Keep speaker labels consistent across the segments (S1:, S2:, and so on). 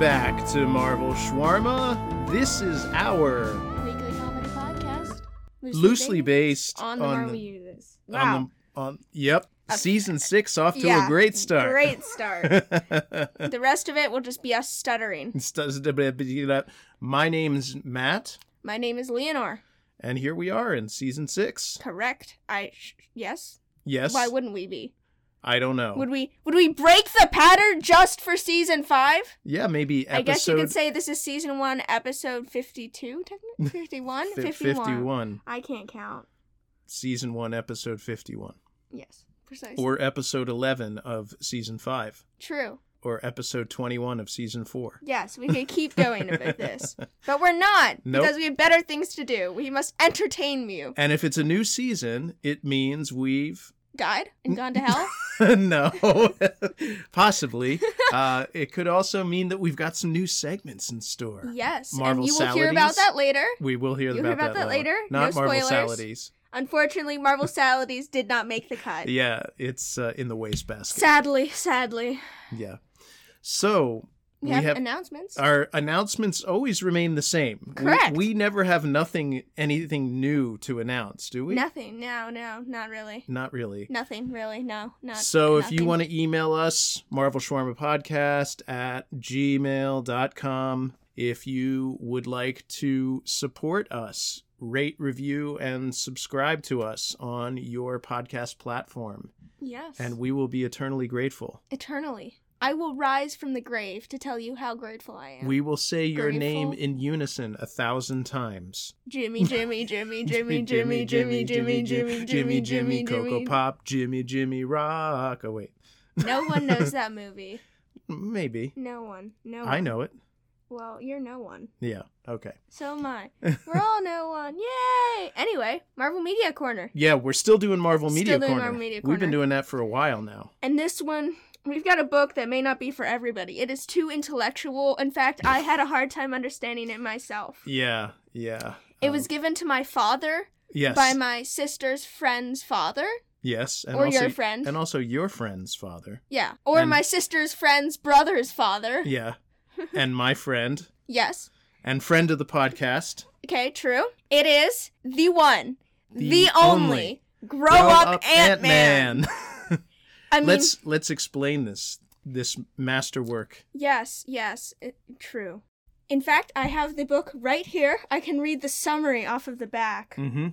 S1: back to Marvel Shawarma. This is our
S2: Weekly comedy podcast.
S1: loosely based
S2: on the Marvel Universe.
S1: the- on
S2: Wow.
S1: the- on- yep season six off to
S2: Yeah,
S1: a great start.
S2: Great start. the rest of it will just be us stuttering.
S1: My name's Matt,
S2: My name is Leonor.
S1: and here we are in season six.
S2: Correct. I sh- yes.
S1: Yes,
S2: Why wouldn't we be?
S1: I don't know.
S2: Would we would we break the pattern just for season 5?
S1: yeah, maybe episode
S2: I guess you could say this is season 1 episode 52 technically 51
S1: fi-
S2: 51.
S1: 51,
S2: I can't count.
S1: season one, episode fifty-one,
S2: Yes. Precisely.
S1: or episode eleven of season five,
S2: True.
S1: or episode twenty-one of season four.
S2: Yes, we could keep going with this. But we're not
S1: Nope.
S2: because we have better things to do. We must entertain you.
S1: And if it's a new season, it means we've
S2: Died and gone to hell?
S1: no, possibly. Uh, it could also mean that we've got some new segments in store.
S2: yes.
S1: Marvel
S2: and you will hear about
S1: Saladies?
S2: that later.
S1: We will hear
S2: You'll
S1: about,
S2: hear about that later.
S1: Not
S2: No
S1: Marvel
S2: spoilers.
S1: Saladies.
S2: Unfortunately, Marvel Saladies did not make the cut.
S1: Yeah, it's uh, in the wastebasket.
S2: Sadly, sadly.
S1: yeah. So
S2: We,
S1: we,
S2: have,
S1: have,
S2: announcements.
S1: our announcements always remain the same. We-
S2: Correct.
S1: We, never have nothing, anything new to announce, do we?
S2: Nothing. No, no, not really.
S1: Not really.
S2: Nothing, really. No, not.
S1: So if you
S2: nothing.
S1: want to email us, Marvel Shawarma Podcast at gmail.com. If you would like to support us, rate, review, and subscribe to us on your podcast platform.
S2: Yes.
S1: And we will be eternally grateful.
S2: Eternally. I will rise from the grave to tell you how grateful I am.
S1: We will say your
S2: Grateful.
S1: name in unison a thousand times.
S2: Jimmy, Jimmy, Jimmy, Jimmy, Jimmy, Jimmy, Jimmy, Jimmy, Jimmy, Jimmy,
S1: Coco
S2: Jimmy.
S1: Pop, Jimmy, Jimmy Rock. Oh, wait.
S2: No one knows that movie.
S1: Maybe.
S2: No one. No.
S1: I
S2: one.
S1: know it.
S2: Well, you're no one.
S1: Yeah. Okay.
S2: So am I. We're all no one. Yay! Anyway, Marvel Media Corner.
S1: Yeah, we're still doing Marvel
S2: Still
S1: Media
S2: doing
S1: Corner.
S2: Marvel Media
S1: We've been
S2: Corner.
S1: doing that for a while now.
S2: And this one, we've got a book that may not be for everybody. It is too intellectual. In fact, I had a hard time understanding it myself.
S1: Yeah, yeah.
S2: It
S1: Um,
S2: was given to my father
S1: yes,
S2: by my sister's friend's father.
S1: yes, and
S2: or
S1: also,
S2: your friend.
S1: and also your friend's father.
S2: Yeah. Or
S1: And-
S2: my sister's friend's brother's father.
S1: Yeah, and my friend
S2: Yes.
S1: and friend of the podcast.
S2: Okay, true. It is the one, the,
S1: The
S2: only. Grow, up, Ant Man.
S1: Ant-Man.
S2: I mean,
S1: let's let's explain this this masterwork.
S2: yes, yes, it, true. In fact, I have the book right here. I can read the summary off of the back.
S1: Mm-hmm.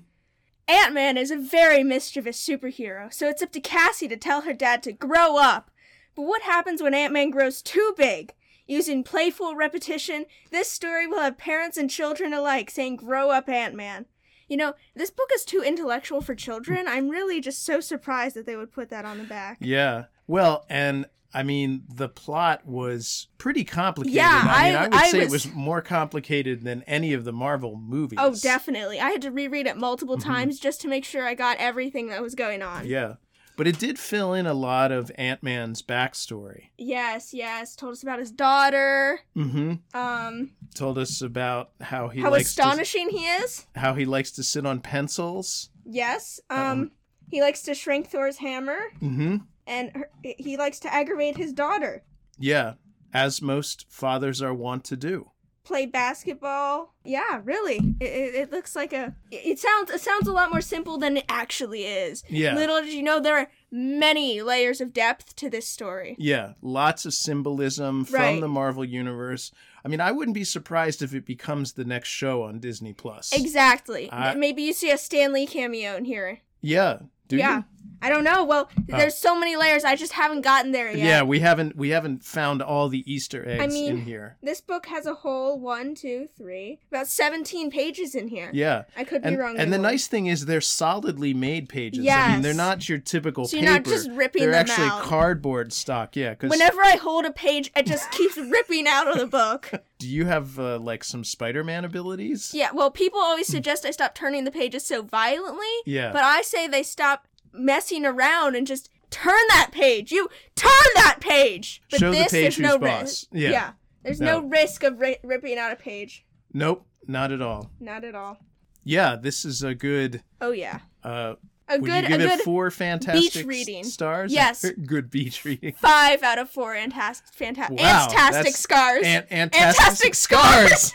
S2: Ant Man is a very mischievous superhero, so it's up to Cassie to tell her dad to grow up. But what happens when Ant Man grows too big? Using playful repetition, this story will have parents and children alike saying, Grow up, Ant Man. You know, this book is too intellectual for children. I'm really just so surprised that they would put that on the back.
S1: Yeah. Well, and I mean the plot was pretty complicated.
S2: Yeah,
S1: I mean
S2: I-
S1: I would
S2: I
S1: say
S2: was-
S1: it was more complicated than any of the Marvel movies.
S2: Oh, definitely. I had to reread it multiple times just to make sure I got everything that was going on.
S1: Mm-hmm. Yeah. But it did fill in a lot of Ant Man's backstory.
S2: Yes, yes. Told us about his daughter.
S1: Mm-hmm.
S2: Um,
S1: Told us about how he
S2: how
S1: likes
S2: astonishing he is.
S1: to, how he likes to sit on pencils.
S2: Yes. Um,
S1: Um,
S2: he likes to shrink Thor's hammer,
S1: Mm-hmm.
S2: and her, he likes to aggravate his daughter.
S1: Yeah. As most fathers are wont to do.
S2: Play basketball. Yeah, really. It, it, it looks like a. It, it sounds. It sounds a lot more simple than it actually is.
S1: Yeah.
S2: Little did you know there are many layers of depth to this story.
S1: Yeah. Lots of symbolism from
S2: Right.
S1: the Marvel universe. I mean, I wouldn't be surprised if it becomes the next show on Disney Plus.
S2: Exactly.
S1: I-
S2: Maybe you see a Stanley cameo in here.
S1: yeah. Do you? Oh.
S2: yeah. I don't know. Well, there's so many layers. I just haven't gotten there yet.
S1: Yeah. we haven't we haven't found all the Easter eggs
S2: mean-
S1: in here.
S2: This book has a whole one, two, three, about 17 pages in here.
S1: Yeah.
S2: I could be
S1: and,
S2: wrong.
S1: and the
S2: Google.
S1: nice thing is they're solidly made pages. I mean,
S2: Yes.
S1: they're not your typical
S2: So
S1: paper.
S2: you're not just ripping
S1: They're
S2: them
S1: actually
S2: out.
S1: cardboard stock. Yeah, because
S2: Whenever I hold a page, it just keeps ripping out of the book.
S1: do you have uh, like some Spider-Man abilities?
S2: Yeah, well, people always suggest I stop turning the pages so violently,
S1: Yeah.
S2: but I say they stop messing around and just turn that page. You turn that page. But
S1: Show the
S2: this,
S1: page
S2: there's
S1: who's
S2: no
S1: boss.
S2: risk.
S1: Yeah.
S2: There's
S1: No.
S2: no, risk of ri- ripping out a page.
S1: Nope, not at all.
S2: Not at all.
S1: Yeah, this is a good
S2: Oh yeah.
S1: uh,
S2: A
S1: Would
S2: good,
S1: you
S2: a
S1: give
S2: good
S1: it four fantastic s-
S2: reading.
S1: stars?
S2: Yes.
S1: good beach reading.
S2: five out of four fantastic, fantastic,
S1: Wow,
S2: fantastic
S1: that's-
S2: scars.
S1: And
S2: Fantastic
S1: fantastic scars.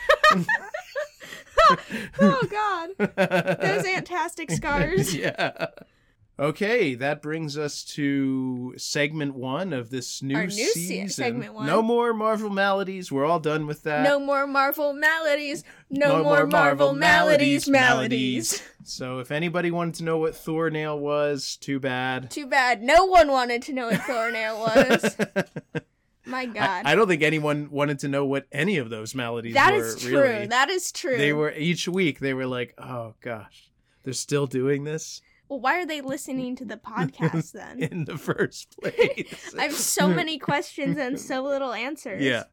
S2: oh God, those fantastic scars.
S1: yeah. Okay, that brings us to segment one of this new,
S2: Our new se-
S1: season.
S2: segment one.
S1: No more Marvel maladies. We're all done with that.
S2: No more Marvel maladies. No, more, Marvel, maladies. Maladies.
S1: So if anybody wanted to know what Thornail was, too bad.
S2: Too bad. No one wanted to know what Thornail was. My
S1: I,
S2: God.
S1: I don't think anyone wanted to know what any of those maladies
S2: that
S1: were.
S2: is true.
S1: Really.
S2: That is true.
S1: They were each week. They were like, oh gosh, they're still doing this
S2: Well, why are they listening to the podcast then?
S1: in the first place.
S2: I have so many questions and so little answers.
S1: Yeah.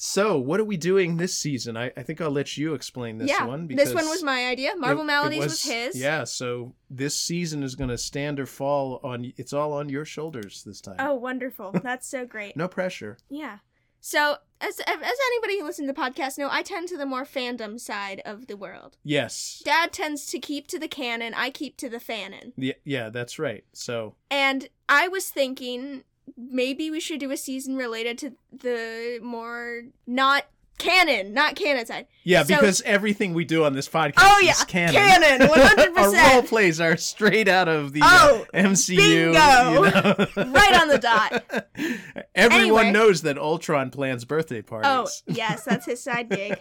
S1: So what are we doing this season? I, I think I'll let you explain this
S2: yeah.
S1: one. Because
S2: this one was my idea. Marvel
S1: it- it
S2: Maladies was, his.
S1: Yeah. So this season is going to stand or fall on. It's all on your shoulders this time.
S2: Oh, wonderful. That's so great.
S1: No pressure.
S2: Yeah. So, as, as anybody who listens to the podcast know, I tend to the more fandom side of the world.
S1: Yes.
S2: Dad tends to keep to the canon, I keep to the fanon.
S1: Yeah, yeah, that's right. So
S2: And I was thinking maybe we should do a season related to the more not canon, not canon side.
S1: yeah,
S2: So-
S1: because everything we do on this podcast
S2: Oh,
S1: is
S2: yeah,
S1: canon.
S2: Canon,
S1: Our role
S2: 100%.
S1: plays are straight out of the
S2: Oh,
S1: uh, MCU.
S2: bingo.
S1: you know?
S2: Right on the dot.
S1: Everyone
S2: Anyway.
S1: knows that Ultron plans birthday
S2: Oh,
S1: parties.
S2: yes, that's his side gig.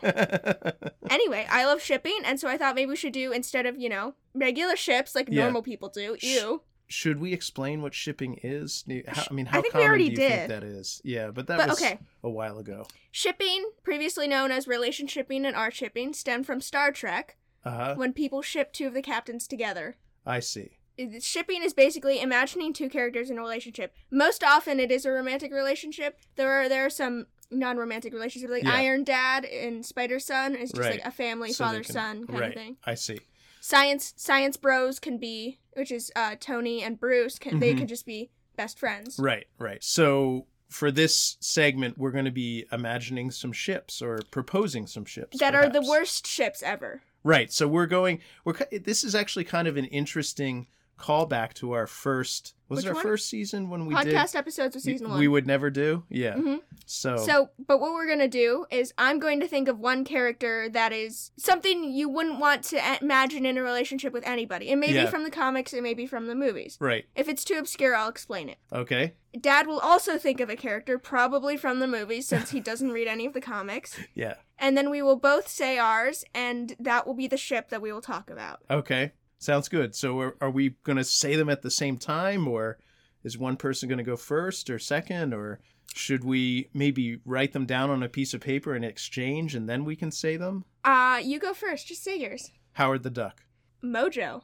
S2: Anyway, I love shipping, and so I thought maybe we should do instead of, you know, regular ships like
S1: Yeah.
S2: normal people do.
S1: Sh-
S2: Ew.
S1: Should we explain what shipping is? Do you- How, I mean, how
S2: think we
S1: common
S2: already
S1: do you
S2: did.
S1: think that is? Yeah, but that
S2: But
S1: was
S2: okay.
S1: a while ago.
S2: Shipping, previously known as relationshipping and art shipping, stem from Star Trek
S1: Uh huh.
S2: when people ship two of the captains together.
S1: I see.
S2: It- Shipping is basically imagining two characters in a relationship. Most often, it is a romantic relationship. There are there are some non-romantic relationships like
S1: Yeah.
S2: Iron Dad and Spider Son. It's just
S1: Right.
S2: like a family
S1: So they
S2: father
S1: can-
S2: son kind
S1: right.
S2: of thing.
S1: I see.
S2: Science Science Bros can be, which is uh, Tony and Bruce. Can they
S1: Mhm.
S2: can just be best friends?
S1: Right, right. So for this segment, we're going to be imagining some ships or proposing some ships
S2: That are the
S1: perhaps.
S2: worst ships ever.
S1: Right. So we're going. We're ki- this is actually kind of an interesting callback to our first. Was
S2: Which
S1: it our
S2: one?
S1: first season when we
S2: Podcast
S1: did
S2: episodes of season
S1: we,
S2: one.
S1: we would never do? Yeah.
S2: Mhm.
S1: So,
S2: So, but what we're gonna do is I'm going to think of one character that is something you wouldn't want to a- imagine in a relationship with anybody. It may
S1: Yeah.
S2: be from the comics, it may be from the movies.
S1: right.
S2: If it's too obscure, I'll explain it.
S1: Okay.
S2: Dad will also think of a character, probably from the movies, since he doesn't read any of the comics.
S1: Yeah.
S2: And then we will both say ours, and that will be the ship that we will talk about.
S1: Okay. Sounds good. So are, are we going to say them at the same time, or is one person going to go first or second, or should we maybe write them down on a piece of paper and exchange, and then we can say them?
S2: Uh, you go first. Just say yours.
S1: Howard the Duck.
S2: Mojo.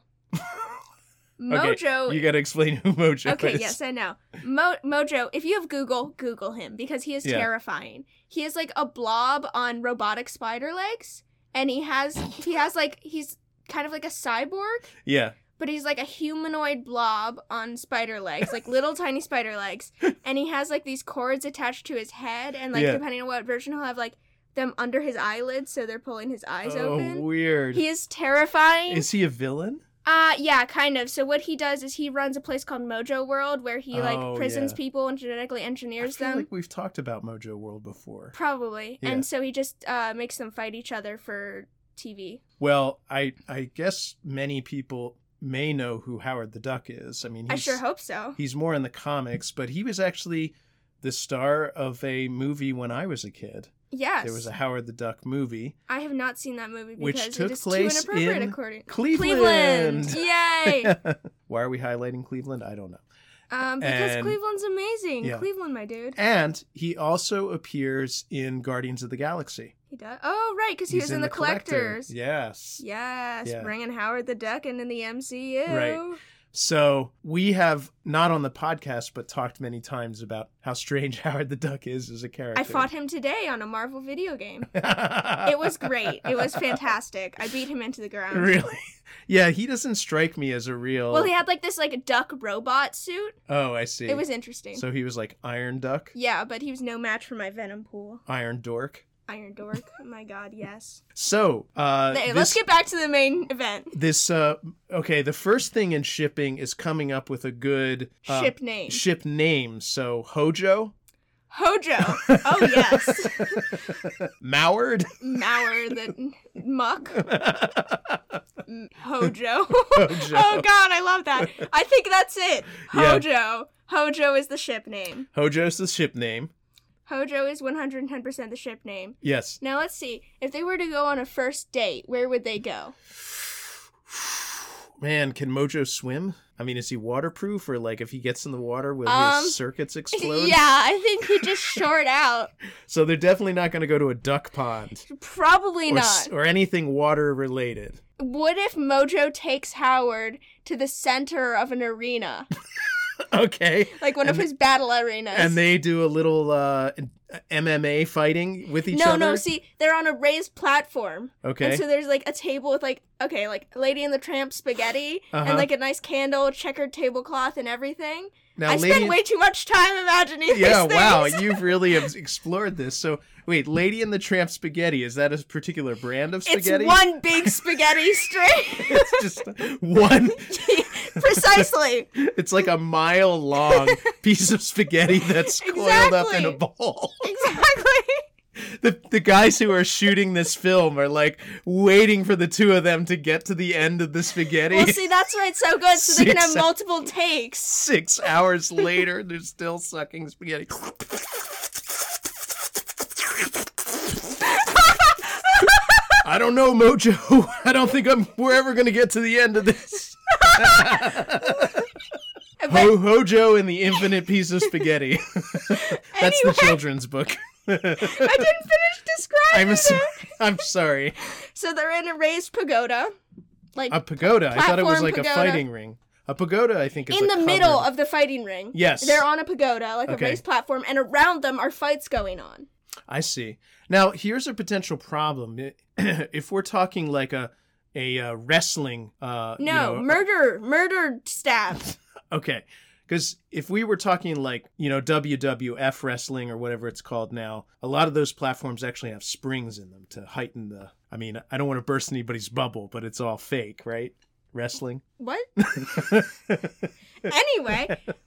S2: Mojo
S1: You got to explain who Mojo
S2: Oh, Okay,
S1: is.
S2: yes, I know. Mo- Mojo, if you have Google, Google him because he is
S1: Yeah.
S2: terrifying. He is like a blob on robotic spider legs, and he has he has like he's kind of like a cyborg,
S1: Yeah.
S2: but he's like a humanoid blob on spider legs, like little tiny spider legs, and he has like these cords attached to his head, and like
S1: Yeah.
S2: depending on what version, he'll have like them under his eyelids, so they're pulling his eyes
S1: oh,
S2: open.
S1: weird.
S2: He is terrifying.
S1: Is he a villain?
S2: Uh yeah, kind of. So what he does is he runs a place called Mojo World where he
S1: Oh,
S2: like prisons
S1: yeah.
S2: people and genetically
S1: I
S2: engineers
S1: feel
S2: them.
S1: like we've talked about Mojo World before.
S2: Probably.
S1: Yeah.
S2: And so he just uh makes them fight each other for TV.
S1: Well, I I guess many people may know who Howard the Duck is. I mean, he's,
S2: I sure hope so.
S1: he's more in the comics, but he was actually the star of a movie when I was a kid.
S2: Yes.
S1: There was a Howard the Duck movie,
S2: I have not seen that movie
S1: Which
S2: because
S1: took
S2: it is
S1: place
S2: too inappropriate
S1: in
S2: according
S1: Cleveland.
S2: Yay.
S1: Why are we highlighting Cleveland? I don't know.
S2: um because
S1: And-
S2: Cleveland's amazing.
S1: Yeah.
S2: Cleveland, my dude.
S1: And he also appears in Guardians of the Galaxy.
S2: He does. Oh, right, cuz he was in, the collectors.
S1: Yes.
S2: Yes,
S1: Yeah.
S2: bringing Howard the Duck into the MCU.
S1: Right. So we have not on the podcast, but talked many times about how strange Howard the Duck is as a character.
S2: I fought him today on a Marvel video game.
S1: it
S2: it was great. It was fantastic. I beat him into the ground.
S1: Really? Yeah, he doesn't strike me as a real.
S2: Well, he had like this like duck robot suit.
S1: Oh, I see.
S2: It was interesting.
S1: So he was like Iron Duck,
S2: yeah, but he was no match for my Venom pool.
S1: Iron Dork.
S2: Iron Dork. Oh my god, yes.
S1: So, uh,
S2: Hey,
S1: this,
S2: let's get back to the main event.
S1: this, uh, okay, the first thing in shipping is coming up with a good uh,
S2: Ship name.
S1: ship name. So, Hojo,
S2: Hojo. Oh yes.
S1: Mallard,
S2: Mauer the muck. M- Hojo.
S1: Hojo.
S2: oh god, I love that. I think that's it.
S1: Yeah.
S2: Hojo. Hojo is the ship name.
S1: Hojo's the ship name.
S2: Hojo is 110% the ship name.
S1: Yes.
S2: Now let's see. If they were to go on a first date, where would they go?
S1: Man, can Mojo swim? I mean, is he waterproof, or like if he gets in the water, will
S2: Um,
S1: his circuits explode?
S2: Yeah, I think he'd just short out.
S1: So they're definitely not going to go to a duck pond
S2: Probably
S1: or,
S2: not.
S1: s- or anything water related.
S2: What if Mojo takes Howard to the center of an arena,
S1: Okay.
S2: like one of his battle arenas?
S1: And they do a little uh, MMA fighting with each
S2: no,
S1: other.
S2: no. See, they're on a raised platform,
S1: okay.
S2: and so there's like a table with like okay, like Lady and the Tramp spaghetti,
S1: Uh-huh.
S2: and like a nice candle, checkered tablecloth, and everything.
S1: now,
S2: I
S1: lady.
S2: spent way too much time imagining.
S1: yeah,
S2: these
S1: wow,
S2: things.
S1: you've really ex- explored this. So, wait, Lady and the Tramp spaghetti is that a particular brand of spaghetti?
S2: It's one big spaghetti string,
S1: it's just one.
S2: precisely.
S1: It's like a mile long piece of spaghetti that's coiled up in a
S2: Exactly.
S1: ball.
S2: Exactly.
S1: the, the guys who are shooting this film are like waiting for the two of them to get to the end of the spaghetti.
S2: Well, see, that's why it's so good, so they can
S1: Six
S2: have
S1: hours.
S2: multiple takes.
S1: Six hours later, they're still sucking spaghetti. I don't know, Mojo. I don't think I'm. We're ever gonna get to the end of this. Ho- Hojo and the infinite piece of spaghetti. That's the
S2: Anyway.
S1: children's book.
S2: I didn't finish describing
S1: I'm
S2: it.
S1: so- I'm sorry.
S2: So they're in a raised pagoda, like
S1: A pagoda. I thought it was
S2: Platform
S1: like a
S2: pagoda.
S1: fighting ring. A pagoda, I think, is
S2: in
S1: a
S2: the
S1: covered-
S2: middle of the fighting ring.
S1: Yes.
S2: They're on a pagoda, like
S1: Okay.
S2: a raised platform, and around them are fights going on.
S1: I see. Now, here's a potential problem. if we're talking like a a uh, wrestling, uh, you
S2: No,
S1: know-
S2: murder, murder, stab.
S1: okay, because if we were talking like you know WWF wrestling or whatever it's called now, a lot of those platforms actually have springs in them to heighten the. I mean, I don't want to burst anybody's bubble, but it's all fake, right? Wrestling.
S2: What? anyway,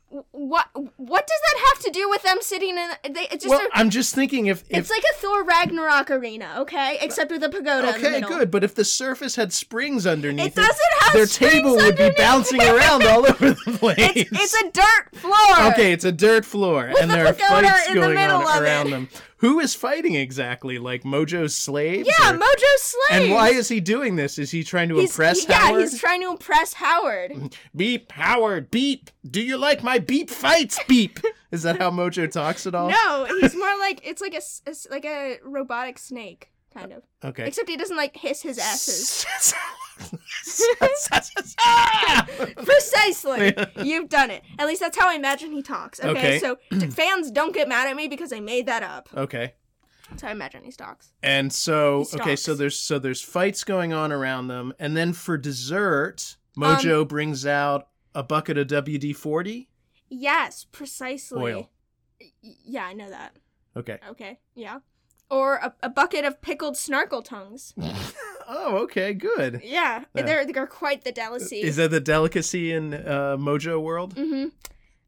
S2: wh- what what does that have to do with them sitting in? They it's just
S1: well,
S2: a-
S1: I'm just thinking if if
S2: it's like a Thor Ragnarok arena, okay? Except with a pagoda in the
S1: Okay,
S2: middle.
S1: good. But if the surface had springs underneath,
S2: It doesn't have
S1: Their
S2: springs
S1: table would be
S2: underneath.
S1: bouncing around all over the place.
S2: It's, it's a dirt floor.
S1: okay, it's a dirt floor, and
S2: the
S1: there are
S2: pagoda
S1: fights
S2: in the
S1: going
S2: middle
S1: on
S2: of it.
S1: around them. Who is fighting exactly? Like Mojo's slaves?
S2: Yeah,
S1: or-
S2: Mojo slaves.
S1: and why is he doing this? Is he trying to
S2: He's-
S1: impress
S2: yeah,
S1: Howard?
S2: he's trying to impress Howard.
S1: Beep, Howard, beep. Do you like my beep fights? Beep. is that how Mojo talks at all?
S2: No, he's more like it's like a, s- a s- like a robotic snake kind of.
S1: Okay.
S2: Except he doesn't like hiss his asses. Ah! Precisely. You've done it. At least that's how I imagine he talks.
S1: Okay.
S2: Okay. So d- fans don't get mad at me because I made that up.
S1: okay.
S2: That's how I imagine he talks.
S1: And so
S2: He
S1: okay,
S2: stalks.
S1: so there's so there's fights going on around them, and then for dessert,
S2: Um,
S1: Mojo brings out a bucket of WD forty
S2: Yes, precisely.
S1: oil.
S2: Y- Yeah, I know that.
S1: Okay.
S2: Okay. Yeah. Or a, a bucket of pickled snarkle tongues.
S1: Oh, okay, good.
S2: Yeah,
S1: Yeah.
S2: They're, they're quite the delicacy.
S1: Is that the delicacy in uh, Mojo world?
S2: Mm-hmm.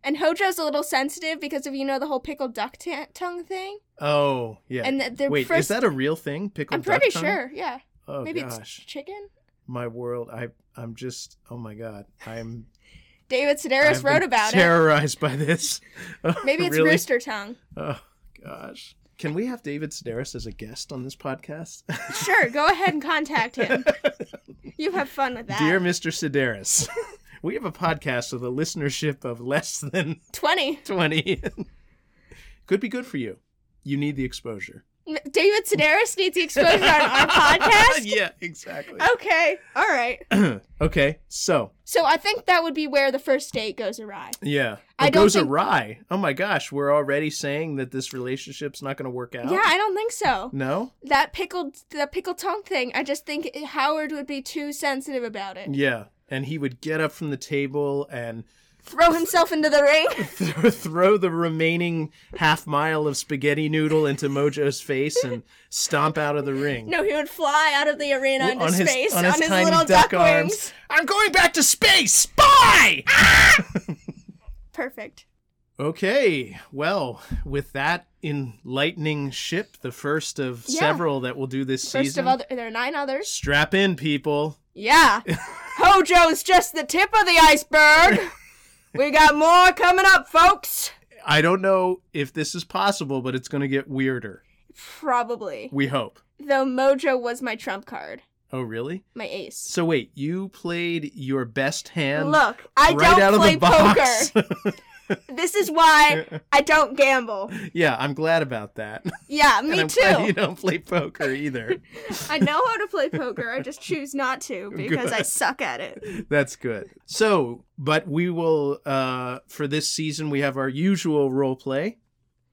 S2: And Hojo's a little sensitive because of you know the whole pickled duck ta- tongue thing.
S1: Oh, yeah.
S2: Mm-hmm. And the, the
S1: Wait,
S2: first,
S1: is that a real thing? Pickled
S2: I'm pretty
S1: duck tongue?
S2: sure. Yeah,
S1: Oh
S2: maybe
S1: gosh,
S2: it's chicken.
S1: my world. I I'm just oh my god. I'm
S2: David Sedaris
S1: I've
S2: wrote
S1: been
S2: about it.
S1: terrorized by this. Oh,
S2: Maybe it's
S1: really?
S2: rooster tongue.
S1: Oh gosh. Can we have David Sedaris as a guest on this podcast?
S2: Sure, go ahead and contact him. you have fun with that.
S1: Dear Mr. Sedaris, we have a podcast with a listenership of less than
S2: Twenty.
S1: 20. Could be good for you. You need the exposure.
S2: M- David Sedaris needs the exposure on our Oh. podcast.
S1: yeah, exactly.
S2: Okay, all right.
S1: okay, so,
S2: So I think that would be where the first date goes awry.
S1: yeah. It
S2: I don't
S1: goes
S2: think-
S1: awry. Oh my gosh, we're already saying that this relationship's not going to work out.
S2: Yeah, I don't think so.
S1: No?
S2: That pickled, the pickled tongue thing. I just think Howard would be too sensitive about it.
S1: Yeah. And he would get up from the table and
S2: throw himself into the ring.
S1: Th- throw the remaining half mile of spaghetti noodle into Mojo's face and stomp out of the ring.
S2: No, he would fly out of the arena into space on his, little duck, wings.
S1: I'm going back to space! Bye!
S2: Perfect.
S1: Okay, well, with that enlightening ship, the first of
S2: Yeah.
S1: several that we'll do this
S2: First
S1: season,
S2: of other, there are nine others.
S1: strap in, people.
S2: Yeah. Hojo's just the tip of the iceberg. we got more coming up, folks.
S1: I don't know if this is possible, but it's going to get weirder.
S2: Probably.
S1: We hope.
S2: Though Mojo was my trump card,
S1: Oh, really?
S2: my ace.
S1: So wait, you played your best hand
S2: Look, I
S1: right out
S2: don't
S1: of
S2: play
S1: the box.
S2: poker. This is why I don't gamble.
S1: yeah, I'm glad about that.
S2: Yeah,
S1: And
S2: me
S1: I'm
S2: too.
S1: Glad you don't play poker either.
S2: I know how to play poker. I just choose not to because I suck at it.
S1: That's good. So, but we will uh for this season we have our usual role play.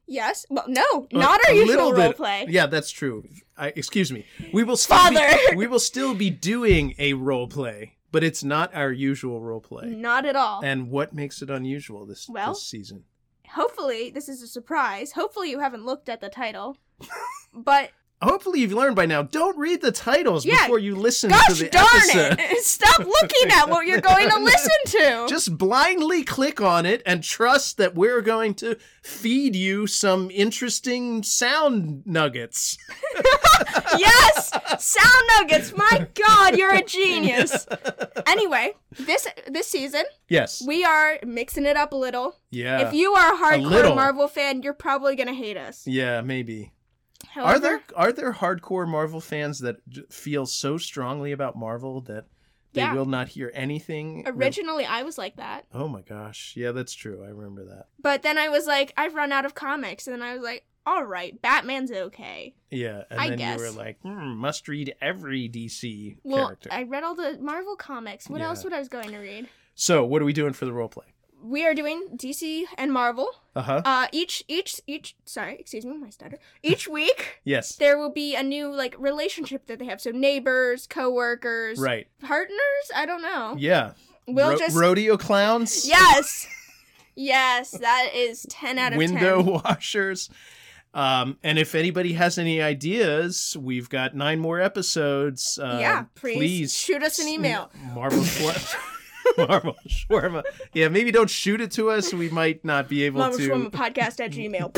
S2: Yes. Well, no,
S1: Uh,
S2: not our
S1: a
S2: usual
S1: little bit-
S2: role play.
S1: Yeah, that's true. I, excuse me. We will still be-
S2: Father!
S1: we will still be doing a role play, but it's not our usual role play.
S2: Not at all.
S1: And what makes it unusual this
S2: Mm-hmm. Well-
S1: this season?
S2: Hopefully, this is a surprise. Hopefully, you haven't looked at the title. But
S1: Hopefully you've learned by now. Don't read the titles
S2: Yeah.
S1: before you listen to
S2: gosh
S1: the
S2: darn
S1: episode.
S2: it! Stop looking at what you're going to listen to.
S1: Just blindly click on it and trust that we're going to feed you some interesting sound nuggets.
S2: yes, sound nuggets. My God, you're a genius. Anyway, this this season
S1: Yes.
S2: we are mixing it up a little.
S1: yeah.
S2: if you are a hardcore
S1: little.
S2: Marvel fan, you're probably gonna hate us.
S1: yeah, maybe.
S2: However,
S1: are there are there hardcore Marvel fans that j- feel so strongly about Marvel that they
S2: Yeah.
S1: will not hear anything? rel-
S2: Originally, I was like that,
S1: oh my gosh. Yeah, that's true. I remember that.
S2: but then I was like, I've run out of comics, and then I was like, all right, Batman's okay.
S1: Yeah, and
S2: I
S1: then
S2: guess.
S1: you were like, hmm, must read every DC
S2: Well,
S1: character.
S2: I read all the Marvel comics. What
S1: Yeah.
S2: else would I was going to read?
S1: so, what are we doing for the role play?
S2: We are doing DC and Marvel.
S1: Uh huh.
S2: Uh, each each each. Sorry, excuse me, my stutter. Each week.
S1: yes.
S2: There will be a new like relationship that they have. So neighbors, coworkers,
S1: Right.
S2: partners. I don't know.
S1: Yeah.
S2: Oh, We'll
S1: Ro-
S2: just
S1: rodeo clowns.
S2: yes, yes. That is ten out of
S1: window
S2: ten.
S1: washers. Um, and if anybody has any ideas, we've got nine more episodes. Uh,
S2: yeah, please, shoot us an
S1: s-
S2: email.
S1: Marvel Shawarma. Marvel Shawarma. Yeah, maybe don't shoot it to us. We might not be able
S2: Mama's
S1: to.
S2: from podcast at Gmail.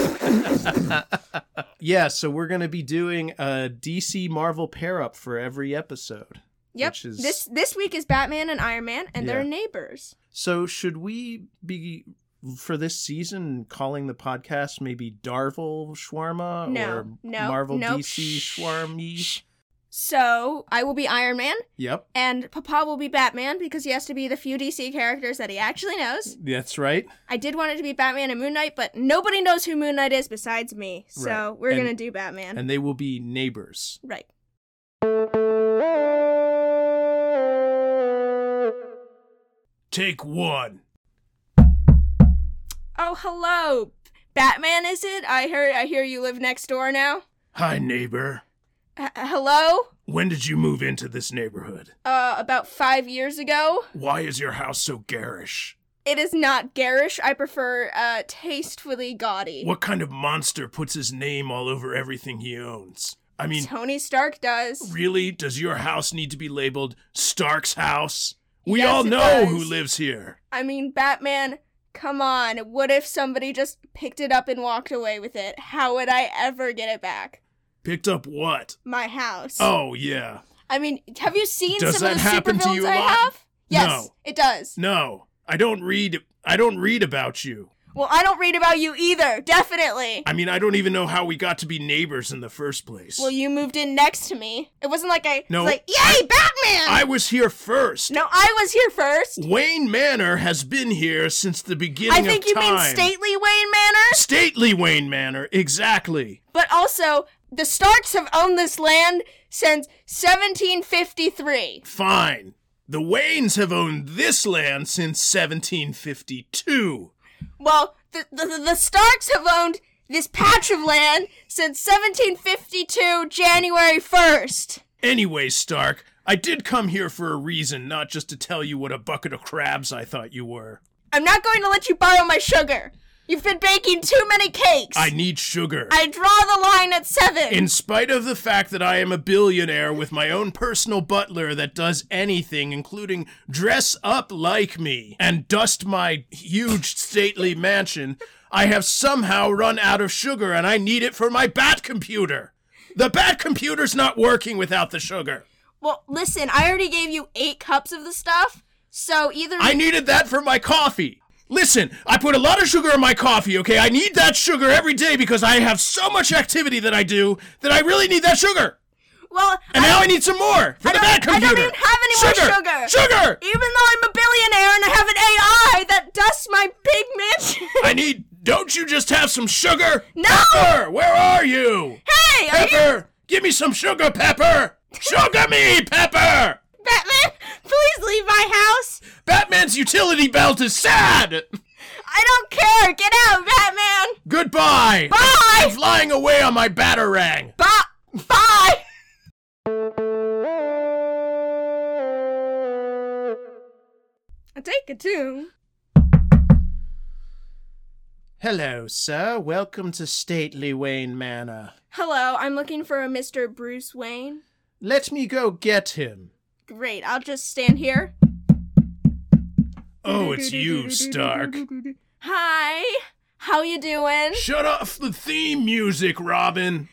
S1: Yeah, so we're going to be doing a DC Marvel pair up for every episode.
S2: yep.
S1: Which is-
S2: This this week is Batman and Iron Man, and they're
S1: Yeah.
S2: neighbors.
S1: So, should we be, for this season, calling the podcast maybe Darvel Shawarma
S2: No,
S1: Uh, or
S2: no,
S1: Marvel
S2: nope.
S1: DC Shawarmy?
S2: So I will be Iron Man,
S1: Yep.
S2: and Papa will be Batman because he has to be the few DC characters that he actually knows.
S1: That's right.
S2: I did want it to be Batman and Moon Knight, but nobody knows who Moon Knight is besides me. So
S1: Right.
S2: we're
S1: And-
S2: gonna do Batman.
S1: And they will be neighbors.
S2: right.
S1: Take one.
S2: Oh hello. Batman is it? I heard I hear you live next door now.
S1: Hi, neighbor.
S2: H- hello?
S1: When did you move into this neighborhood?
S2: Uh about 5 years ago.
S1: Why is your house so garish?
S2: It is not garish. I prefer uh tastefully gaudy.
S1: What kind of monster puts his name all over everything he owns? I mean,
S2: Tony Stark does.
S1: really? Does your house need to be labeled Stark's house? We
S2: Yes,
S1: all
S2: it
S1: know
S2: does.
S1: who lives here.
S2: I mean, Batman, come on. What if somebody just picked it up and walked away with it? How would I ever get it back?
S1: Picked up what?
S2: My house.
S1: Oh, yeah.
S2: I mean, have you seen
S1: Does
S2: some of
S1: that
S2: the
S1: happen to
S2: supervillains
S1: you a
S2: I
S1: lot?
S2: have? Yes,
S1: No.
S2: it does.
S1: No, I don't read. I don't read about you.
S2: Well, I don't read about you either, definitely.
S1: I mean, I don't even know how we got to be neighbors in the first place.
S2: Well, you moved in next to me. It wasn't like I
S1: No,
S2: was like, "Yay, Batman!"
S1: I was here first.
S2: no, I was here first.
S1: Wayne Manor has been here since the beginning
S2: I think
S1: of
S2: you
S1: time.
S2: mean stately Wayne Manor,
S1: Stately Wayne Manor, exactly.
S2: but also the Starks have owned this land since 1753.
S1: Fine. The Waynes have owned this land since 1752.
S2: Well, the, the, the Starks have owned this patch of land since 1752, January 1st.
S1: Anyway, Stark, I did come here for a reason, not just to tell you what a bucket of crabs I thought you were.
S2: I'm not going to let you borrow my sugar. You've been baking too many cakes.
S1: I need sugar.
S2: I draw the line at seven.
S1: In spite of the fact that I am a billionaire with my own personal butler that does anything, including dress up like me and dust my huge stately mansion, I have somehow run out of sugar and I need it for my bat computer. The bat computer's not working without the sugar.
S2: well, listen, I already gave you eight cups of the stuff, so either
S1: I needed that for my coffee. Listen, I put a lot of sugar in my coffee, okay? I need that sugar every day because I have so much activity that I do that I really need that sugar.
S2: well,
S1: And now I need some more for the
S2: I don't-
S1: bad
S2: I don't
S1: computer.
S2: even have any more sugar.
S1: Sugar! Sugar!
S2: even though I'm a billionaire and I have an AI that dusts my big mansion.
S1: I need. Don't you just have some sugar?
S2: No!
S1: Pepper, where are you?
S2: hey, are you
S1: Pepper! Give me some sugar, Pepper! Sugar me, Pepper!
S2: Batman? Please leave my house.
S1: Batman's utility belt is sad!
S2: I don't care. Get out, Batman.
S1: Goodbye! I'm
S2: Bye.
S1: flying away on my batarang!
S2: Bye. Bye. I take a tune.
S1: Hello, sir. Welcome to Stately Wayne Manor.
S2: Hello, I'm looking for a Mr. Bruce Wayne.
S1: Let me go get him.
S2: Great, I'll just stand here.
S1: Oh, it's you, Stark.
S2: Hi. How you doing?
S1: Shut off the theme music, Robin.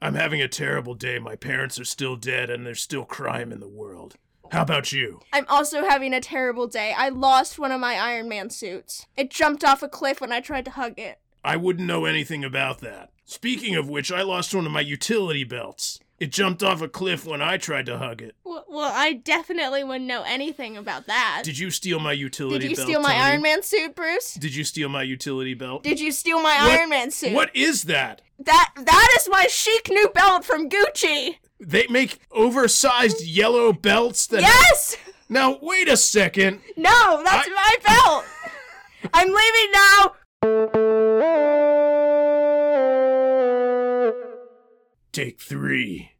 S1: I'm having a terrible day. My parents are still dead, and there's still crime in the world. How about you?
S2: I'm also having a terrible day. I lost one of my Iron Man suits. It jumped off a cliff when I tried to hug it.
S1: I wouldn't know anything about that. Speaking of which, I lost one of my utility belts. It jumped off a cliff when I tried to hug it.
S2: Well, well I definitely wouldn't know anything about that.
S1: Did you steal my utility
S2: Did you
S1: belt?
S2: steal my
S1: Tony?
S2: Iron Man suit, Bruce?
S1: Did you steal my utility belt?
S2: Did you steal my
S1: What-
S2: Iron Man suit?
S1: What is that?
S2: That that is my chic new belt from Gucci.
S1: They make oversized yellow belts that.
S2: Yes.
S1: Now, wait a second.
S2: No, that's
S1: I-
S2: my belt. I'm leaving now.
S1: Take three.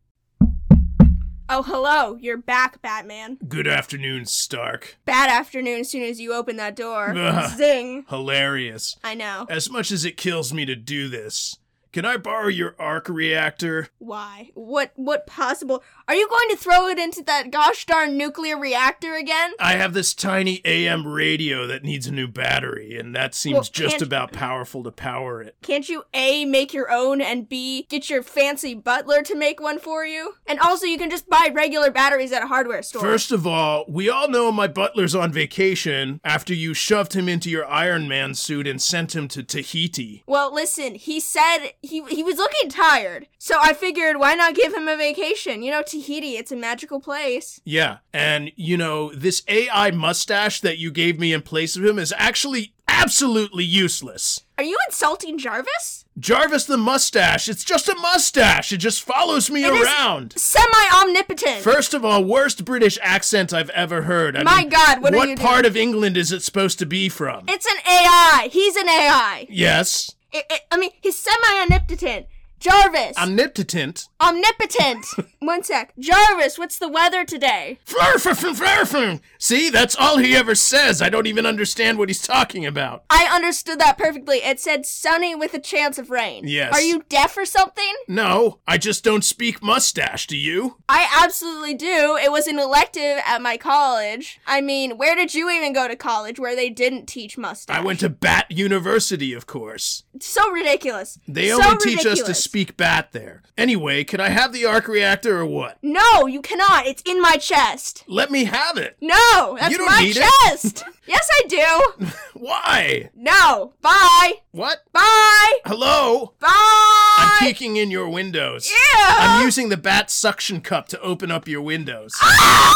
S2: Oh, hello. You're back, Batman.
S1: Good afternoon, Stark.
S2: Bad afternoon as soon as you open that door.
S1: Ugh.
S2: Zing.
S1: Hilarious.
S2: I know.
S1: As much as it kills me to do this, can I borrow your arc reactor?
S2: Why? What what possible? Are you going to throw it into that gosh darn nuclear reactor again?
S1: I have this tiny AM radio that needs a new battery, and that seems
S2: Well,
S1: just
S2: can't-
S1: about powerful to power it.
S2: Can't you A, make your own, and B, get your fancy butler to make one for you? And also, you can just buy regular batteries at a hardware store.
S1: First of all, we all know my butler's on vacation after you shoved him into your Iron Man suit and sent him to Tahiti.
S2: Well, listen, he said he, he was looking tired, so I figured why not give him a vacation? You know, Tahiti, it's a magical place.
S1: Yeah, and you know, this AI mustache that you gave me in place of him is actually absolutely useless.
S2: Are you insulting Jarvis?
S1: Jarvis the mustache. It's just a mustache. It just follows me
S2: It is-
S1: around.
S2: Semi omnipotent!
S1: First of all, worst British accent I've ever heard. I
S2: My
S1: mean,
S2: God, what are you doing?
S1: part of England is it supposed to be from?
S2: It's an AI! He's an AI!
S1: yes,
S2: I I I mean, he's semi omnipotent. Jarvis!
S1: omnipotent.
S2: omnipotent! One sec. Jarvis, what's the weather today?
S1: Flurf, flurf, flurf, flurf. See, that's all he ever says. I don't even understand what he's talking about.
S2: I understood that perfectly. It said sunny with a chance of rain.
S1: Yes.
S2: Are you deaf or something?
S1: No, I just don't speak mustache. Do you?
S2: I absolutely do. It was an elective at my college. I mean, where did you even go to college where they didn't teach mustache?
S1: I went to Bat University, of course.
S2: so ridiculous.
S1: They
S2: so
S1: only teach
S2: ridiculous.
S1: us to speak bat there. Anyway, can I have the arc reactor or what?
S2: No, you cannot. It's in my chest.
S1: Let me have it.
S2: No, that's
S1: You don't
S2: my
S1: need it.
S2: chest. yes, I do.
S1: Why?
S2: No. Bye.
S1: What?
S2: Bye.
S1: Hello?
S2: Bye.
S1: I'm peeking in your windows.
S2: Ew.
S1: I'm using the bat suction cup to open up your windows. Ah!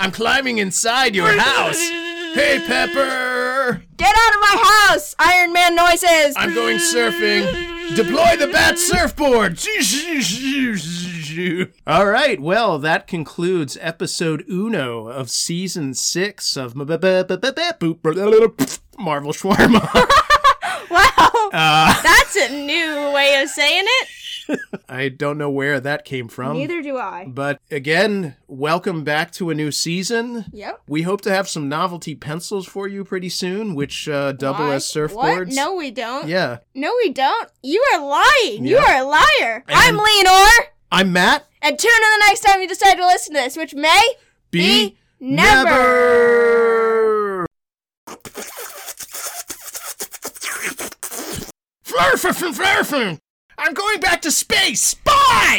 S1: I'm climbing inside your house. Hey, Pepper!
S2: Get out of my house, Iron Man noises.
S1: I'm going surfing. Deploy the bat surfboard. All right. Well, that concludes episode uno of season six of Marvel Shawarma.
S2: Wow.
S1: Uh,
S2: That's a new way of saying it.
S1: I don't know where that came from.
S2: Neither do I.
S1: But again, welcome back to a new season.
S2: Yep.
S1: We hope to have some novelty pencils for you pretty soon, which uh, double
S2: Why?
S1: as surfboards.
S2: What? No, we don't.
S1: Yeah.
S2: No, we don't. You are lying. You
S1: Yeah.
S2: are a liar.
S1: And-
S2: I'm Leonor.
S1: I'm Matt.
S2: And tune in the next time you decide to listen to this, which may
S1: Be,
S2: never.
S1: never. Flurfin, flurfin. I'm going back to space. Bye.